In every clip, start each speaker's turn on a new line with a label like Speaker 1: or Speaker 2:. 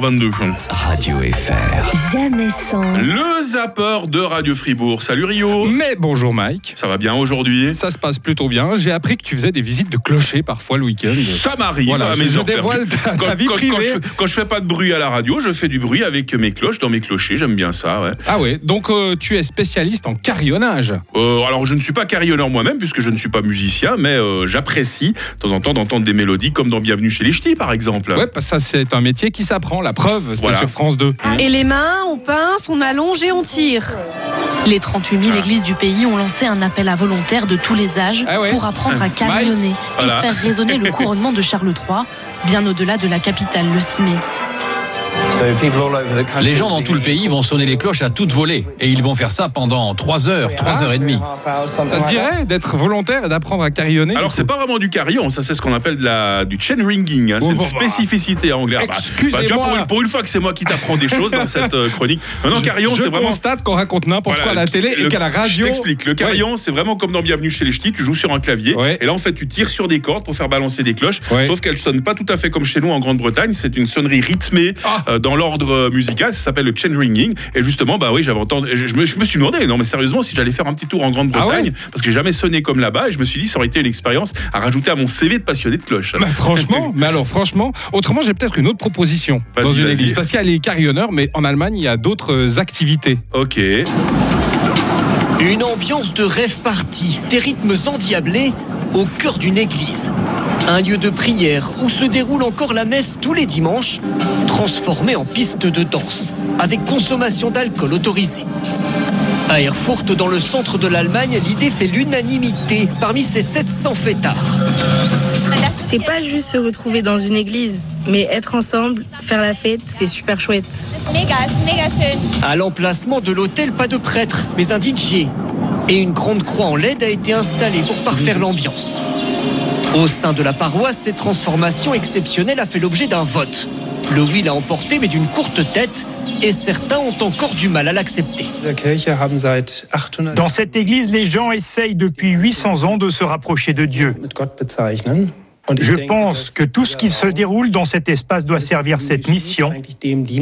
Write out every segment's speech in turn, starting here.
Speaker 1: 22.
Speaker 2: Radio FR.
Speaker 3: Jamais sans.
Speaker 1: Le zapper de Radio Fribourg. Salut Rio
Speaker 4: Mais bonjour Mike.
Speaker 1: Ça va bien aujourd'hui
Speaker 4: Ça se passe plutôt bien. J'ai appris que tu faisais des visites de clochers parfois le week-end.
Speaker 1: Ça m'arrive
Speaker 4: Voilà,
Speaker 1: à
Speaker 4: je-
Speaker 1: mes
Speaker 4: je
Speaker 1: heures
Speaker 4: dévoile
Speaker 1: perdues.
Speaker 4: ta- ta
Speaker 1: Quand-
Speaker 4: vie
Speaker 1: quand- Quand
Speaker 4: privée.
Speaker 1: je, quand je fais pas de bruit à la radio, je fais du bruit avec mes cloches dans mes clochers, j'aime bien ça. Ouais.
Speaker 4: Ah ouais, donc euh, tu es spécialiste en carillonnage.
Speaker 1: Euh, alors je ne suis pas carillonneur moi-même puisque je ne suis pas musicien, mais euh, j'apprécie de temps en temps d'entendre des mélodies comme dans Bienvenue chez les Ch'tis par exemple.
Speaker 4: Ouais, parce que ça c'est un métier qui s'apprend. La preuve, c'était
Speaker 1: Voilà.
Speaker 4: sur France 2.
Speaker 5: Et les mains, on pince, on allonge et on tire.
Speaker 6: Les 38 000 églises du pays ont lancé un appel à volontaires de tous les âges
Speaker 4: Ah ouais.
Speaker 6: pour apprendre à carillonner et
Speaker 1: Voilà.
Speaker 6: faire résonner le couronnement de Charles III, bien au-delà de la capitale, le 6 mai.
Speaker 7: Les gens dans tout le pays vont sonner les cloches à toute volée. Et ils vont faire ça pendant 3 heures, 3 heures et demie.
Speaker 4: Ça te dirait d'être volontaire et d'apprendre à carillonner
Speaker 1: Alors c'est pas vraiment du carillon, ça c'est ce qu'on appelle de la, du chain ringing, hein,
Speaker 4: Bon,
Speaker 1: c'est
Speaker 4: bon,
Speaker 1: une
Speaker 4: bah.
Speaker 1: spécificité anglaise. Bah, bah,
Speaker 4: Excusez-moi.
Speaker 1: tu vois, pour, une, pour une fois que c'est moi qui t'apprends des choses dans cette euh, chronique. Non, non, carillon
Speaker 4: je
Speaker 1: c'est vraiment
Speaker 4: constate qu'on raconte n'importe
Speaker 1: Voilà,
Speaker 4: quoi à la télé
Speaker 1: le-
Speaker 4: et qu'à la radio.
Speaker 1: Je t'explique. Le carillon, c'est vraiment comme dans Bienvenue chez les Ch'tis. Tu joues sur un clavier.
Speaker 4: Ouais.
Speaker 1: Et là, en fait, tu tires sur des cordes pour faire balancer des cloches.
Speaker 4: Ouais.
Speaker 1: Sauf qu'elles sonnent pas tout à fait comme chez nous en Grande-Bretagne. C'est une sonnerie rythmée
Speaker 4: Ah.
Speaker 1: euh, dans l'ordre euh, musical. Ça s'appelle le chain ringing. Et justement, bah oui, j'avais entendu. Je, je me, je me suis demandé, non, mais sérieusement, si j'allais faire un petit tour en
Speaker 4: Ah
Speaker 1: Grande-Bretagne, parce que j'ai jamais sonné comme là-bas. Et je me suis dit, ça aurait été une expérience à rajouter à mon CV de passionné de cloches.
Speaker 4: Bah, franchement, mais alors franchement, autrement j'ai peut-être une autre proposition
Speaker 1: Vas-y,
Speaker 4: dans une
Speaker 1: vas-y.
Speaker 4: église. Parce qu'il y a les carillonneurs, mais en Allemagne il y a d'autres euh, activités.
Speaker 1: ok.
Speaker 8: Une ambiance de rêve parti, des rythmes endiablés au cœur d'une église. Un lieu de prière où se déroule encore la messe tous les dimanches, transformé en piste de danse, avec consommation d'alcool autorisée. À Erfurt, dans le centre de l'Allemagne, l'idée fait l'unanimité parmi ces 700 fêtards.
Speaker 9: C'est pas juste se retrouver dans une église, mais être ensemble, faire la fête, c'est super chouette.
Speaker 8: À l'emplacement de l'hôtel, pas de prêtre, mais un DJ. Et une grande croix en LED a été installée pour parfaire l'ambiance. Au sein de la paroisse, cette transformation exceptionnelle a fait l'objet d'un vote. Le oui l'a emporté, mais d'une courte tête, et certains ont encore du mal à l'accepter.
Speaker 10: Dans cette église, les gens essayent depuis 800 ans de se rapprocher de Dieu. Je pense que tout ce qui se déroule dans cet espace doit servir cette mission,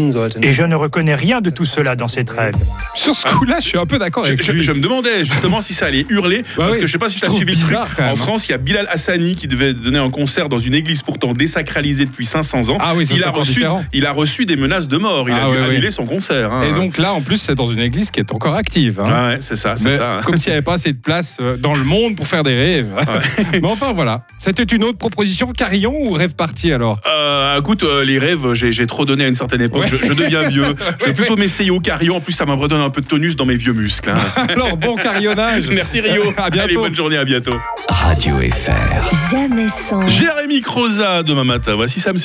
Speaker 10: et je ne reconnais rien de tout cela dans cette rêve.
Speaker 4: Sur ce coup-là, je suis un peu d'accord
Speaker 1: Ah. Je,
Speaker 4: avec
Speaker 1: je-
Speaker 4: lui.
Speaker 1: je me demandais justement si ça allait hurler parce
Speaker 4: Bah oui,
Speaker 1: que je sais pas si tu as
Speaker 4: je trouve
Speaker 1: suivi le truc.
Speaker 4: bizarre, quand même,
Speaker 1: En
Speaker 4: hein.
Speaker 1: France, il y a Bilal Hassani qui devait donner un concert dans une église pourtant désacralisée depuis 500 ans.
Speaker 4: Ah oui, ça,
Speaker 1: il
Speaker 4: c'est
Speaker 1: a
Speaker 4: encore
Speaker 1: reçu,
Speaker 4: différent.
Speaker 1: il a reçu des menaces de mort. Il
Speaker 4: Ah
Speaker 1: a dû
Speaker 4: oui, oui.
Speaker 1: annuler son concert. hein.
Speaker 4: Et donc là en plus c'est dans une église qui est encore active. hein.
Speaker 1: Ah ouais, c'est ça, c'est
Speaker 4: Mais
Speaker 1: ça.
Speaker 4: Comme s'il n'y avait pas assez de place euh, dans le monde pour faire des rêves. Mais enfin voilà, c'était une autre proposition. Carillon ou rêve parti alors
Speaker 1: Euh, écoute, euh, les rêves, j'ai j'ai trop donné à une certaine époque. Je, je deviens vieux. Je vais plutôt m'essayer au carillon. En plus, ça me redonne un peu de tonus dans mes vieux muscles. hein.
Speaker 4: Alors bon carillonnage.
Speaker 1: Merci Rio.
Speaker 4: À
Speaker 1: Allez,
Speaker 4: bientôt.
Speaker 1: bonne journée, à bientôt.
Speaker 2: Radio FR.
Speaker 3: Jamais sans.
Speaker 1: Jérémy Croza demain matin. Voici Sam Smith.